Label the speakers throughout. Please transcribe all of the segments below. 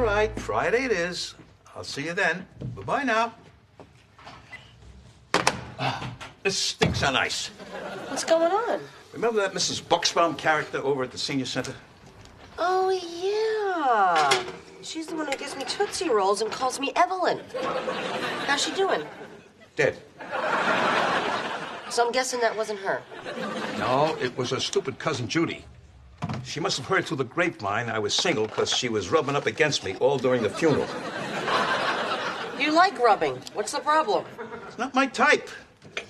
Speaker 1: right, Friday it is. I'll see you then. Goodbye now. Ah, This stinks on ice.
Speaker 2: What's going on?
Speaker 1: Remember that Mrs. Buxbaum character over at the senior center?
Speaker 2: Oh, yeah. She's the one who gives me Tootsie Rolls and calls me Evelyn. How's she doing?
Speaker 1: Dead.
Speaker 2: So I'm guessing that wasn't her.
Speaker 1: No, it was her stupid cousin Judy. She must have heard through the grapevine I was single because she was rubbing up against me all during the funeral.
Speaker 2: You like rubbing. What's the problem?
Speaker 1: It's not my type.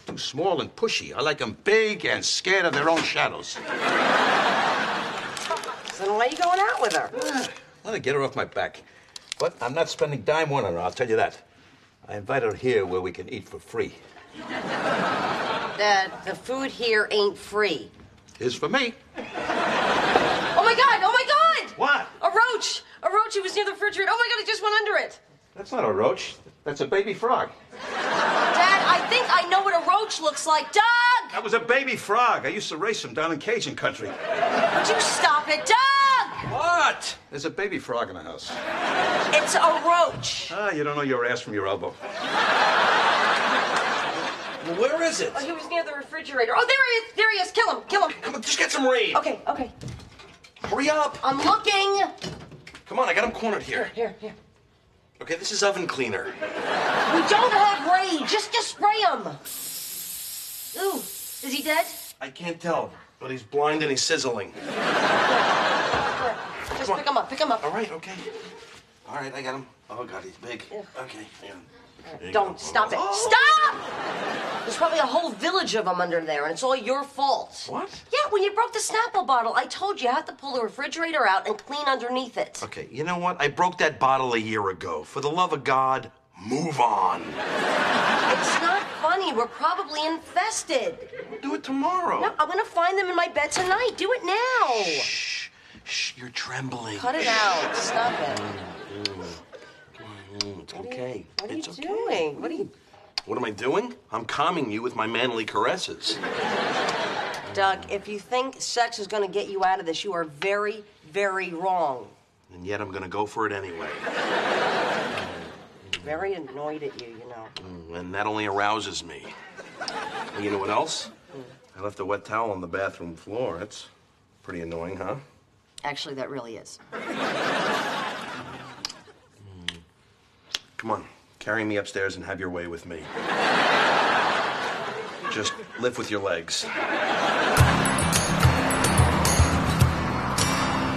Speaker 1: Too small and pushy. I like 'em big and scared of their own shadows.
Speaker 2: So Then why are you going out with her?
Speaker 1: I want to get her off my back. But I'm not spending dime one on her, I'll tell you that. I invited her here where we can eat for free.
Speaker 2: Dad, the food here ain't free.
Speaker 1: Is for me.
Speaker 2: Oh my god! Oh my god!
Speaker 1: What?
Speaker 2: A roach! A roach! It was near the refrigerator. Oh my god! It just went under it.
Speaker 1: That's not a roach. That's a baby frog.
Speaker 2: Dad, I think I know what a roach looks like. Doug!
Speaker 1: That was a baby frog. I used to race him down in Cajun country.
Speaker 2: Would you stop it, Doug?
Speaker 1: What? There's a baby frog in the house.
Speaker 2: It's a roach.
Speaker 1: Ah, you don't know your ass from your elbow.
Speaker 3: Well, where is it?
Speaker 2: Oh, he was near the refrigerator. Oh, there he is! There he is! Kill him! Kill him!
Speaker 3: Come on, just get some rain.
Speaker 2: Okay, okay.
Speaker 3: Hurry up.
Speaker 2: I'm looking.
Speaker 3: Come on, I got him cornered here.
Speaker 2: Here, here.
Speaker 3: Okay, this is oven cleaner.
Speaker 2: We don't have Ray. Just, just spray him. Ooh, is he dead?
Speaker 3: I can't tell, but he's blind and he's sizzling.
Speaker 2: Here, Just pick him up. Pick him up.
Speaker 3: All right, okay. All right, I got him. Oh god, he's big. Okay, hang on. There you go.
Speaker 2: Don't stop it.
Speaker 3: Oh.
Speaker 2: Stop! There's probably a whole village of them under there, and it's all your fault.
Speaker 3: What?
Speaker 2: Yeah, when you broke the Snapple bottle, I told you I had to pull the refrigerator out and clean underneath it.
Speaker 3: Okay, you know what? I broke that bottle a year ago. For the love of God, move on.
Speaker 2: It's not funny. We're probably infested.
Speaker 3: Do it tomorrow.
Speaker 2: No, I'm gonna find them in my bed tonight. Do it now.
Speaker 3: Shh, shh, you're trembling.
Speaker 2: Cut it out. Stop it.
Speaker 3: Mm, It's okay.
Speaker 2: What are you
Speaker 3: it's okay.
Speaker 2: doing? What are you,
Speaker 3: What am I doing? I'm calming you with my manly caresses.
Speaker 2: Doug? If you think sex is gonna get you out of this, you are very, very wrong.
Speaker 3: And yet I'm gonna go for it anyway.
Speaker 2: Very annoyed at you, you know.
Speaker 3: And that only arouses me. And you know what else? I left a wet towel on the bathroom floor. That's pretty annoying, huh?
Speaker 2: Actually, that really is.
Speaker 3: Come on, carry me upstairs and have your way with me. Just lift with your legs.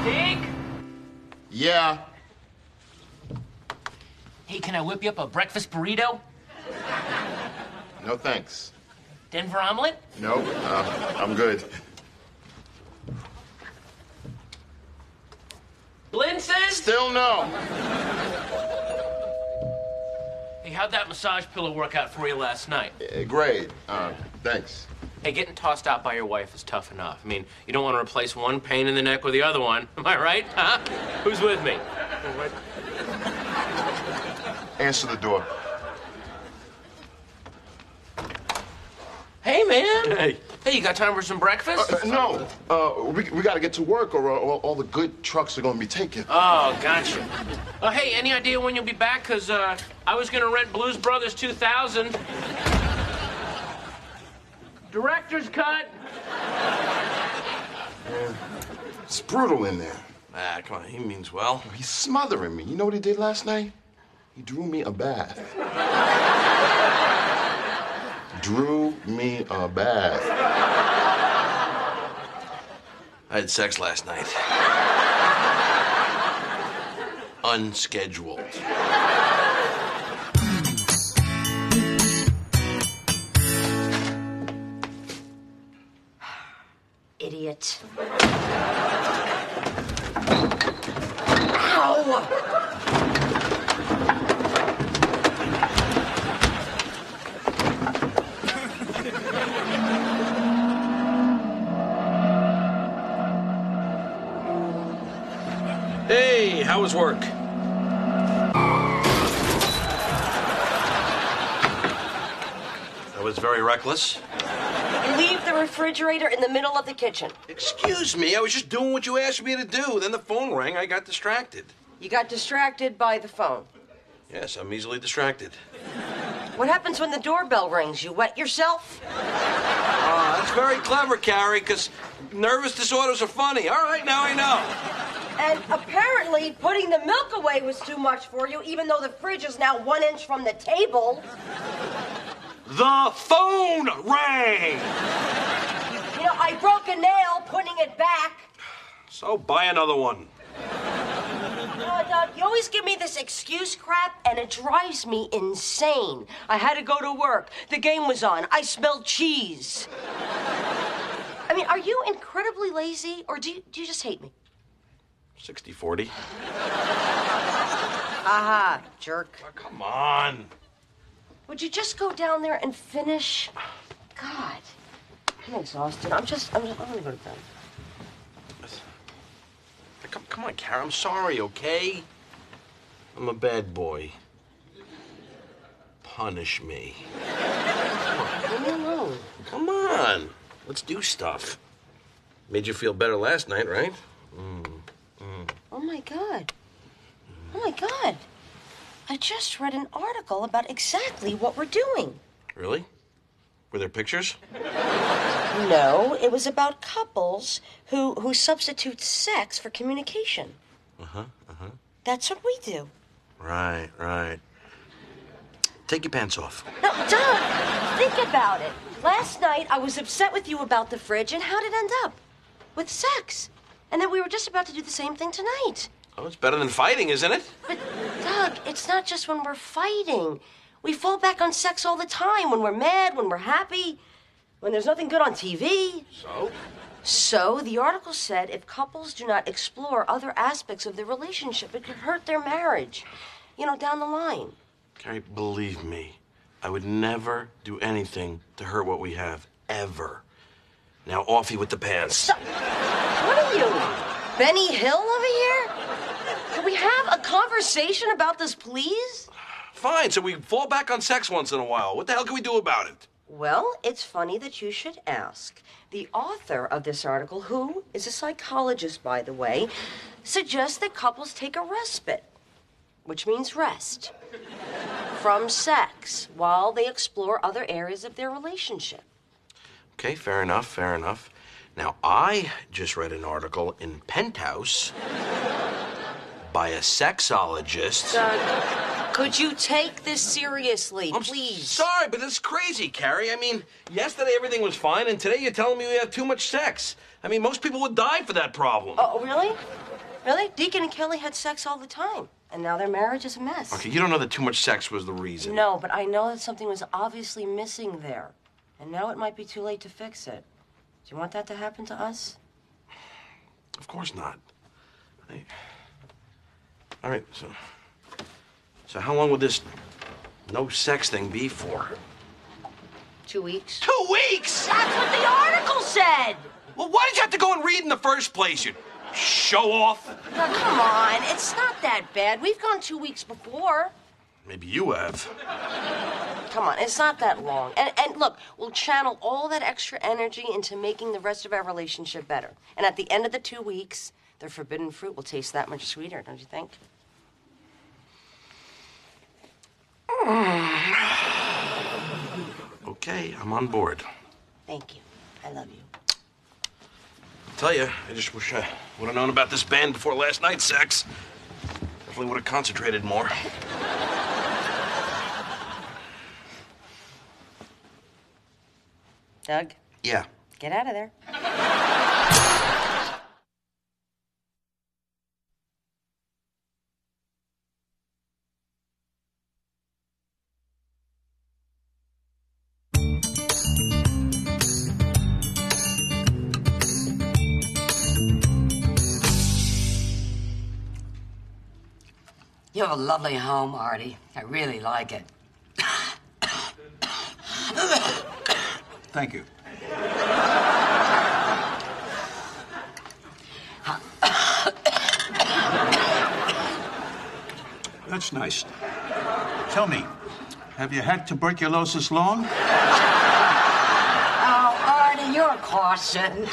Speaker 4: Dink!
Speaker 5: Yeah.
Speaker 4: Hey, can I whip you up a breakfast burrito?
Speaker 5: No thanks.
Speaker 4: Denver omelet?
Speaker 5: No, uh, I'm good.
Speaker 4: Linses?
Speaker 5: Still no.
Speaker 4: Hey, how'd that massage pillow work out for you last night?
Speaker 5: Eh, Great. Uh, thanks.
Speaker 4: Hey, getting tossed out by your wife is tough enough. I mean, you don't want to replace one pain in the neck with the other one. Am I right? Huh? Who's with me?
Speaker 5: Answer the door.
Speaker 4: Hey, man.
Speaker 5: Hey.
Speaker 4: Hey, you got time for some breakfast?
Speaker 5: Uh, no, uh, we, we gotta get to work or, uh, all- all the good trucks are gonna be taken.
Speaker 4: Oh, gotcha. Oh, hey, any idea when you'll be back? Because uh, I was going to rent Blues Brothers 2000. Director's cut.
Speaker 5: It's brutal in there.
Speaker 3: Ah, come on, he means well.
Speaker 5: He's smothering me. You know what he did last night? He drew me a bath. drew me a bath.
Speaker 3: I had sex last night. Unscheduled.
Speaker 2: Idiot. Ow!
Speaker 3: Hey, how was work? I was very reckless.
Speaker 2: Leave the refrigerator in the middle of the kitchen.
Speaker 3: Excuse me, I was just doing what you asked me to do. Then the phone rang, I got distracted.
Speaker 2: You got distracted by the phone.
Speaker 3: Yes, I'm easily distracted.
Speaker 2: What happens when the doorbell rings? You wet yourself?
Speaker 3: Uh, that's very clever, Carrie, because nervous disorders are funny. All right, now I know.
Speaker 2: And apparently, putting the milk away was too much for you, even though the fridge is now one inch from the table.
Speaker 3: The phone rang.
Speaker 2: You know, I broke a nail putting it back.
Speaker 3: So buy another one.
Speaker 2: Oh, Doug, you always give me this excuse crap, and it drives me insane. I had to go to work. The game was on. I smelled cheese. I mean, are you incredibly lazy, or do you, do you just hate me?
Speaker 3: 60 40.
Speaker 2: Aha, jerk.
Speaker 1: Oh,
Speaker 3: Come on.
Speaker 2: Would you just go down there and finish? God, I'm exhausted. I'm just, I'm, just, I'm gonna go to bed.
Speaker 3: Come, come on, Carrie. I'm sorry, okay? I'm a bad boy. Punish me.
Speaker 2: Leave me alone.
Speaker 3: Come on. Let's do stuff. Made you feel better last night, right?
Speaker 2: Oh my God. Oh my God. I just read an article about exactly what we're doing.
Speaker 3: Really? Were there pictures?
Speaker 2: No, it was about couples who who substitute sex for communication. Uh huh. Uh huh. That's what we do.
Speaker 3: Right, right. Take your pants off.
Speaker 2: No, Doug, think about it. Last night I was upset with you about the fridge, and how did it end up? With sex, and then we were just about to do the same thing tonight.
Speaker 3: Oh, it's better than fighting, isn't it?
Speaker 2: But Doug, it's not just when we're fighting. We fall back on sex all the time when we're mad, when we're happy, when there's nothing good on TV.
Speaker 3: So?
Speaker 2: So, the article said if couples do not explore other aspects of their relationship, it could hurt their marriage, you know, down the line.
Speaker 3: Carrie, believe me, I would never do anything to hurt what we have, ever. Now off you with the pants.
Speaker 2: What are you, Benny Hill over here? Can we have a conversation about this, please?
Speaker 3: Fine, so we fall back on sex once in a while. What the hell can we do about it?
Speaker 2: Well, it's funny that you should ask. The author of this article, who is a psychologist, by the way, suggests that couples take a respite, which means rest, from sex while they explore other areas of their relationship.
Speaker 3: Okay, fair enough, fair enough. Now, I just read an article in Penthouse by a sexologist.
Speaker 2: Doug, could you take this seriously,
Speaker 3: I'm s-
Speaker 2: please?
Speaker 3: Sorry, but that's crazy, Carrie. I mean, yesterday everything was fine, and today you're telling me we have too much sex. I mean, most people would die for that problem.
Speaker 2: Oh, really? Really? Deacon and Kelly had sex all the time, and now their marriage is a mess.
Speaker 3: Okay, you don't know that too much sex was the reason.
Speaker 2: No, but I know that something was obviously missing there. And now it might be too late to fix it. Do you want that to happen to us?
Speaker 3: Of course not. I- All right, so. So, how long would this no sex thing be for?
Speaker 2: Two weeks.
Speaker 3: Two weeks!
Speaker 2: That's what the article said!
Speaker 3: Well, why did you have to go and read in the first place, you show off?
Speaker 2: Now, come on, it's not that bad. We've gone two weeks before.
Speaker 3: Maybe you have.
Speaker 2: Come on, it's not that long. And, and look, we'll channel all that extra energy into making the rest of our relationship better. And at the end of the two weeks, the forbidden fruit will taste that much sweeter, don't you think?
Speaker 3: Okay, I'm on board.
Speaker 2: Thank you. I love you.
Speaker 3: I tell you, I just wish I would have known about this band before last night's sex. Definitely would have concentrated more.
Speaker 2: Doug,
Speaker 3: Yeah.
Speaker 2: get out of there.
Speaker 6: You have a lovely home, Artie. I really like it.
Speaker 1: Thank you. That's nice. Tell me, have you had tuberculosis long?
Speaker 6: Oh, Artie, you're a caution.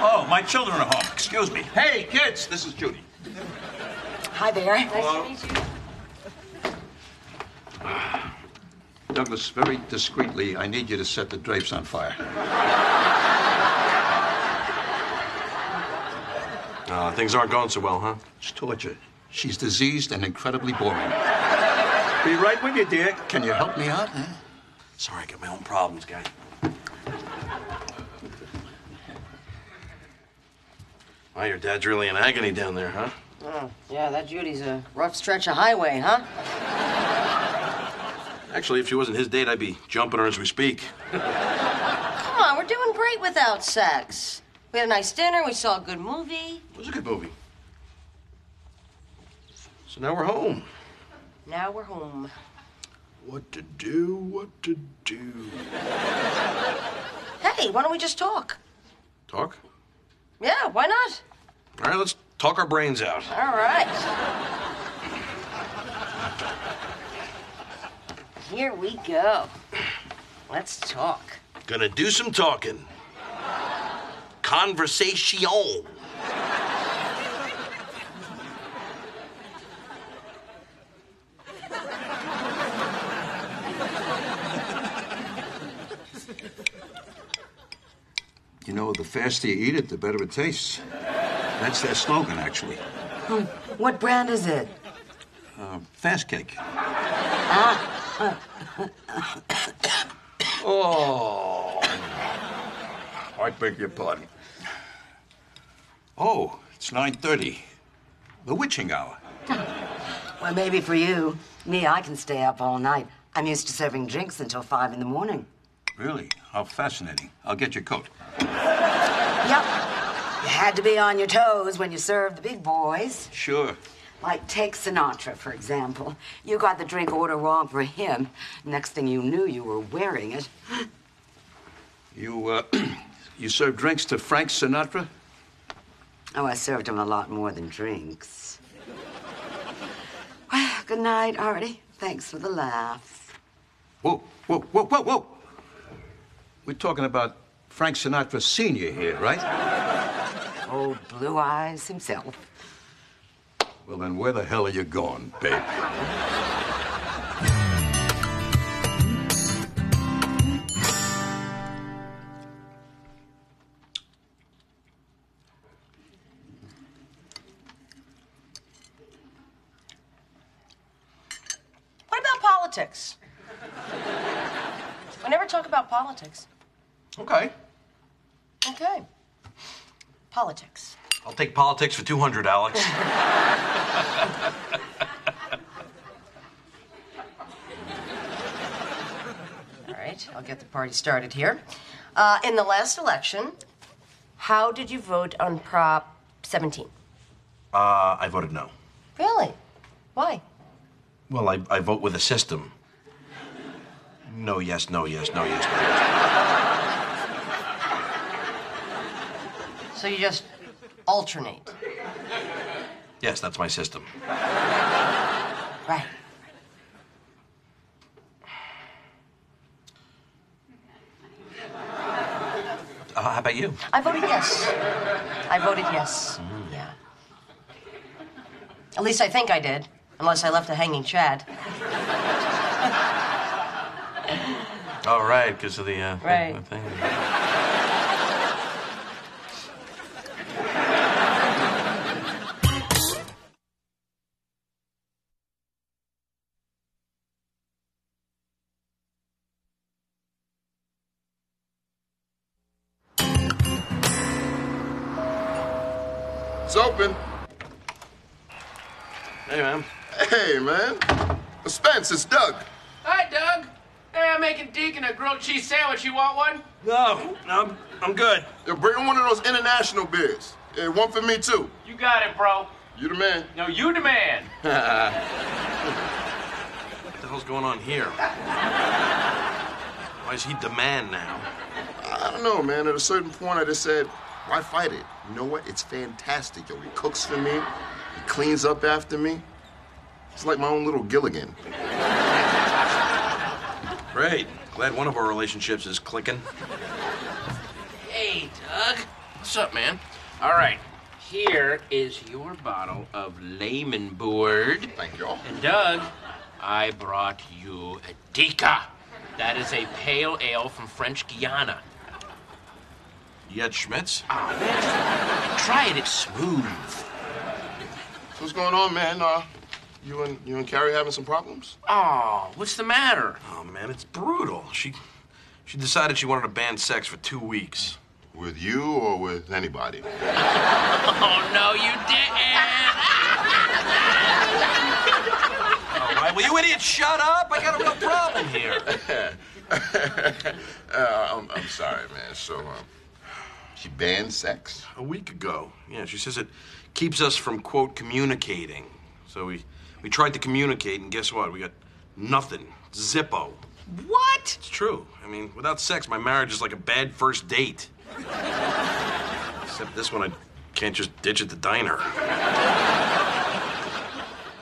Speaker 1: Oh, my children are home. Excuse me. Hey, kids, this is Judy.
Speaker 2: Hi there.
Speaker 6: Nice to meet you.
Speaker 1: Douglas, very discreetly, I need you to set the drapes on fire.
Speaker 3: Uh, things aren't going so well, huh?
Speaker 1: It's torture. She's diseased and incredibly boring. Be right with you, dear. Can you help me out? huh?
Speaker 3: Sorry, I got my own problems, guy. Wow, your dad's really in agony down there, huh?
Speaker 2: Oh, yeah, that Judy's a rough stretch of highway, huh?
Speaker 3: Actually, if she wasn't his date, I'd be jumping her as we speak.
Speaker 6: Come on, we're doing great without sex. We had a nice dinner, we saw a good movie.
Speaker 3: It was a good movie. So now we're home.
Speaker 6: Now we're home.
Speaker 3: What to do? What to do?
Speaker 6: Hey, why don't we just talk?
Speaker 3: Talk?
Speaker 6: Yeah, why not?
Speaker 3: All right, let's talk our brains out.
Speaker 6: All right. Here we go. Let's talk.
Speaker 3: Gonna do some talking. Conversation.
Speaker 1: You know, the faster you eat it, the better it tastes. That's their slogan, actually.
Speaker 2: What brand is it?
Speaker 1: Fast cake. oh. I beg your pardon. Oh, it's 9.30. The witching hour.
Speaker 2: Well, maybe for you. Me, I can stay up all night. I'm used to serving drinks until five in the morning.
Speaker 1: Really? How fascinating. I'll get your coat.
Speaker 2: Yep. You had to be on your toes when you served the big boys.
Speaker 1: Sure.
Speaker 2: Like, take Sinatra, for example. You got the drink order wrong for him. Next thing you knew, you were wearing it.
Speaker 1: You, uh, you serve drinks to Frank Sinatra?
Speaker 2: Oh, I served him a lot more than drinks. Well, good night, Artie. Thanks for the laughs.
Speaker 1: Whoa, whoa, whoa, whoa, whoa. We're talking about Frank Sinatra Sr. here, right?
Speaker 2: Old Blue Eyes himself.
Speaker 1: Well, then where the hell are you going, babe?
Speaker 6: What about politics? We never talk about politics.
Speaker 3: Okay.
Speaker 6: Okay. Politics.
Speaker 3: I'll take politics for 200, Alex.
Speaker 6: All right, I'll get the party started here. Uh, in the last election, how did you vote on Prop 17?
Speaker 3: uh, I voted no.
Speaker 6: Really? Why?
Speaker 3: Well, I, I vote with a system. No, yes, no, yes, no, yes, no. yes.
Speaker 6: So you just alternate.
Speaker 3: Yes, that's my system.
Speaker 2: Right.
Speaker 3: Uh, how about you?
Speaker 6: I voted yes. I voted yes. Yeah. At least I think I did, unless I left a hanging Chad.
Speaker 3: All right, because of the uh,
Speaker 6: Right.
Speaker 3: thing.
Speaker 5: It's open.
Speaker 3: Hey, man.
Speaker 5: Hey, man. Spence, it's Doug.
Speaker 4: Hi, Doug. Hey, I'm making Deacon a grilled cheese sandwich. You want one?
Speaker 3: No, I'm, I'm good.
Speaker 5: Yo, bring one of those international beers. Yeah, one for me, too.
Speaker 4: You got it, bro.
Speaker 5: You the man.
Speaker 4: No, you demand.
Speaker 3: What the hell's going on here? Why is he the man now?
Speaker 5: I don't know, man. At a certain point, I just said, why fight it? You know what? It's fantastic, yo. He cooks for me, he cleans up after me. It's like my own little Gilligan.
Speaker 3: Great. Glad one of our relationships is clicking.
Speaker 4: Hey, Doug. What's up, man? All right. Here is your bottle of layman board.
Speaker 5: Thank y'all.
Speaker 4: And Doug, I brought you a Dika. That is a pale ale from French Guiana.
Speaker 3: You got Schmitz?
Speaker 4: Try it, it's smooth.
Speaker 5: What's going on, man? Uh, you and you and Carrie having some problems?
Speaker 4: Oh, what's the matter?
Speaker 3: Oh man, it's brutal. She she decided she wanted to ban sex for two weeks.
Speaker 5: With you or with anybody?
Speaker 4: Oh, no, you didn't.
Speaker 3: All right, will you idiots shut up? I got a real problem here.
Speaker 5: Uh, I'm, I'm sorry, man. So, um, she banned sex.
Speaker 3: A week ago. Yeah, she says it keeps us from quote communicating. So we we tried to communicate and guess what? We got nothing. Zippo.
Speaker 4: What?
Speaker 3: It's true. I mean, without sex, my marriage is like a bad first date. Except this one I can't just ditch at the diner.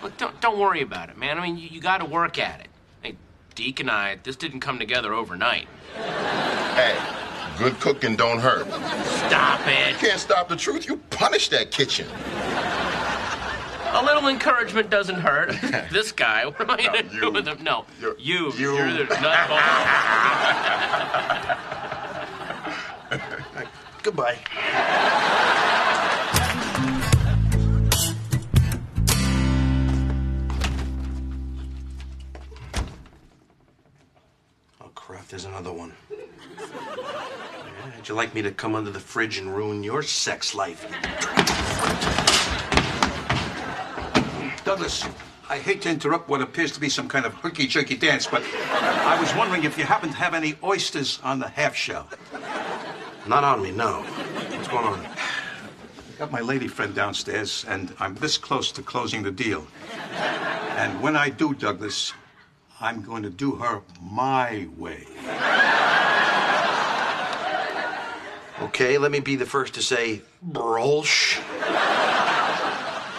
Speaker 4: Look, don't, don't worry about it, man. I mean, you, you got to work at it. Hey, Deke and I, this didn't come together overnight.
Speaker 5: Hey, good cooking don't hurt.
Speaker 4: Stop it.
Speaker 5: Can't stop the truth. You punish that kitchen.
Speaker 4: A little encouragement doesn't hurt. this guy, what am I going to
Speaker 5: you.
Speaker 4: do with him? No,
Speaker 5: You're-
Speaker 4: you.
Speaker 5: you.
Speaker 4: You're the nutball.
Speaker 3: Goodbye. Oh crap, there's another one. Yeah, How'd you like me to come under the fridge and ruin your sex life?
Speaker 1: Douglas, I hate to interrupt what appears to be some kind of herky jerky dance, but I was wondering if you happen to have any oysters on the half shell.
Speaker 3: Not on me, no. What's going on?
Speaker 1: Got my lady friend downstairs, and I'm this close to closing the deal. And when I do, Douglas, I'm going to do her my way.
Speaker 3: Okay, let me be the first to say, brolsh.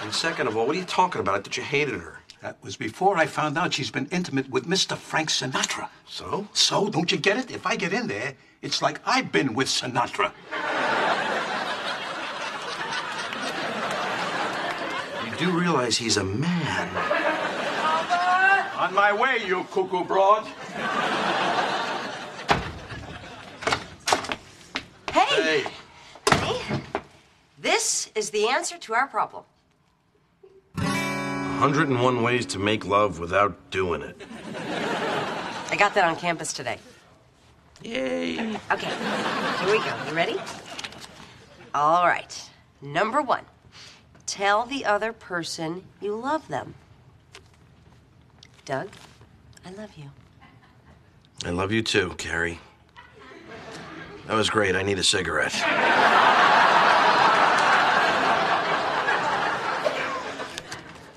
Speaker 3: And second of all, what are you talking about? I thought you hated her.
Speaker 1: That was before I found out she's been intimate with Mr. Frank Sinatra.
Speaker 3: So?
Speaker 1: So, don't you get it? If I get in there, it's like I've been with Sinatra.
Speaker 3: You do realize he's a man.
Speaker 1: On my way, you cuckoo broad.
Speaker 3: Hey,
Speaker 6: Hey, hey, this is the answer to our problem.
Speaker 3: 101 ways to make love without doing it.
Speaker 6: I got that on campus today.
Speaker 3: Yay.
Speaker 6: Okay, here we go. You ready? All right. Number one, tell the other person you love them. Doug, I love you.
Speaker 3: I love you too, Carrie. That was great. I need a cigarette.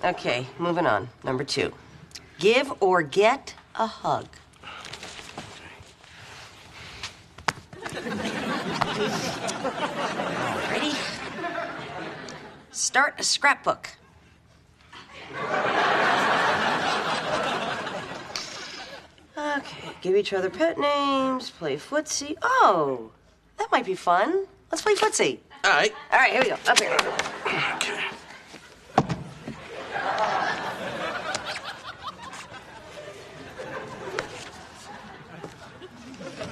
Speaker 6: Okay, moving on. Number two, give or get a hug. Ready? Start a scrapbook. Okay, give each other pet names, play footsie. Oh, that might be fun. Let's play footsie.
Speaker 3: All right.
Speaker 6: All right, here we go. Up here.
Speaker 3: Okay.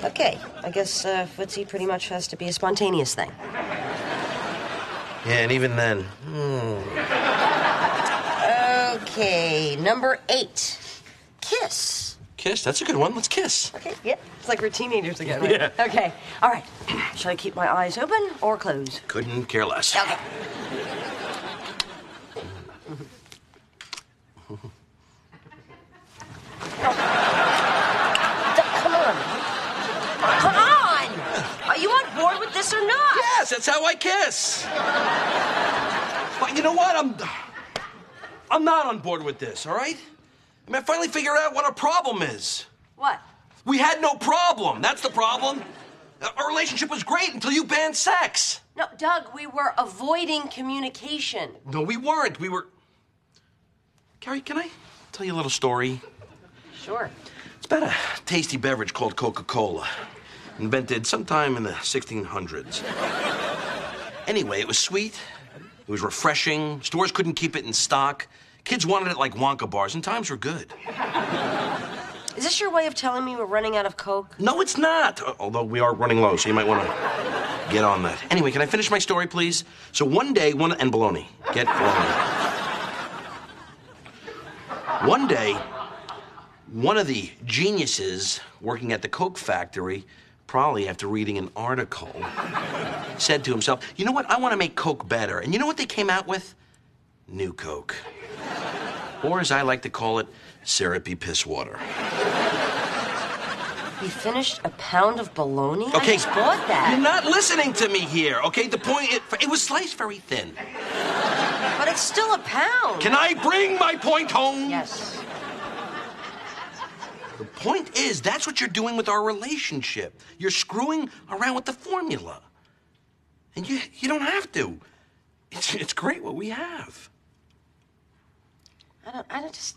Speaker 6: Okay, I guess uh, footsie pretty much has to be a spontaneous thing.
Speaker 3: Yeah, and even then,
Speaker 6: Okay, number eight, kiss.
Speaker 3: kiss. That's a good one. Let's kiss.
Speaker 6: Okay, yep. It's like we're teenagers again, right? Yeah. Okay, all right. Shall I keep my eyes open or closed?
Speaker 3: Couldn't care less.
Speaker 6: Okay. Come on. Come on! Are you on board with this or not?
Speaker 3: Yes, that's how I kiss. But you know what? I'm I'm not on board with this, all right? I mean, I finally figured out what our problem is.
Speaker 6: What?
Speaker 3: We had no problem. That's the problem. Our relationship was great until you banned sex.
Speaker 6: No, Doug, we were avoiding communication.
Speaker 3: No, we weren't. We were. Carrie, can I tell you a little story?
Speaker 6: Sure.
Speaker 3: It's about a tasty beverage called Coca Cola, invented sometime in the 1600s. Anyway, it was sweet. It was refreshing. Stores couldn't keep it in stock. Kids wanted it like Wonka bars, and times were good.
Speaker 2: Is this your way of telling me we're running out of Coke?
Speaker 3: No, it's not. Al- Although we are running low, so you might want to get on that. Anyway, can I finish my story, please? So one day, one and baloney. Get baloney. one day, one of the geniuses working at the Coke factory, probably after reading an article, said to himself, "You know what? I want to make Coke better." And you know what they came out with? New Coke. Or as I like to call it, syrupy piss water.
Speaker 2: We finished a pound of bologna?
Speaker 3: Okay.
Speaker 2: I just bought
Speaker 3: You're
Speaker 2: that.
Speaker 3: not listening to me here, okay? The point it, it was sliced very thin.
Speaker 2: But it's still a pound.
Speaker 3: Can I bring my point home?
Speaker 2: Yes.
Speaker 3: The point is, that's what you're doing with our relationship. You're screwing around with the formula. And you you don't have to. It's it's great what we have.
Speaker 2: I don't, I don't just,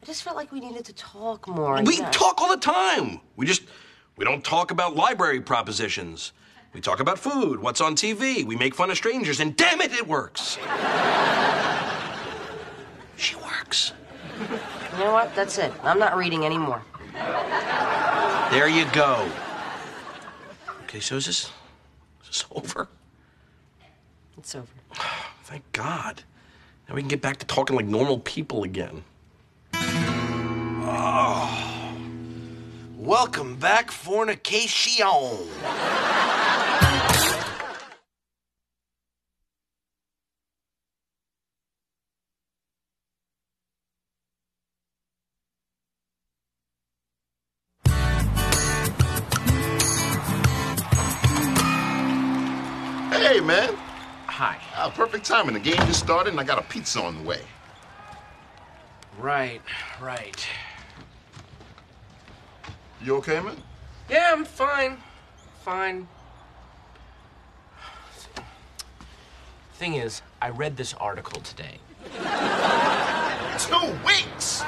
Speaker 2: I just felt like we needed to talk more. I
Speaker 3: We
Speaker 2: guess.
Speaker 3: talk all the time. We just we don't talk about library propositions. We talk about food, what's on TV, we make fun of strangers, and damn it, it works. she works.
Speaker 2: You know what? That's it. I'm not reading anymore.
Speaker 3: There you go. Okay, so is this, is this over?
Speaker 2: It's over.
Speaker 3: Thank God. Now we can get back to talking like normal people again. Oh. Welcome back, fornication.
Speaker 5: Hey, man.
Speaker 4: Hi.
Speaker 5: Ah, perfect timing. The game just started and I got a pizza on the way.
Speaker 4: Right, right.
Speaker 5: You okay, man?
Speaker 4: Yeah, I'm fine. Fine. Thing is, I read this article today.
Speaker 5: Two weeks!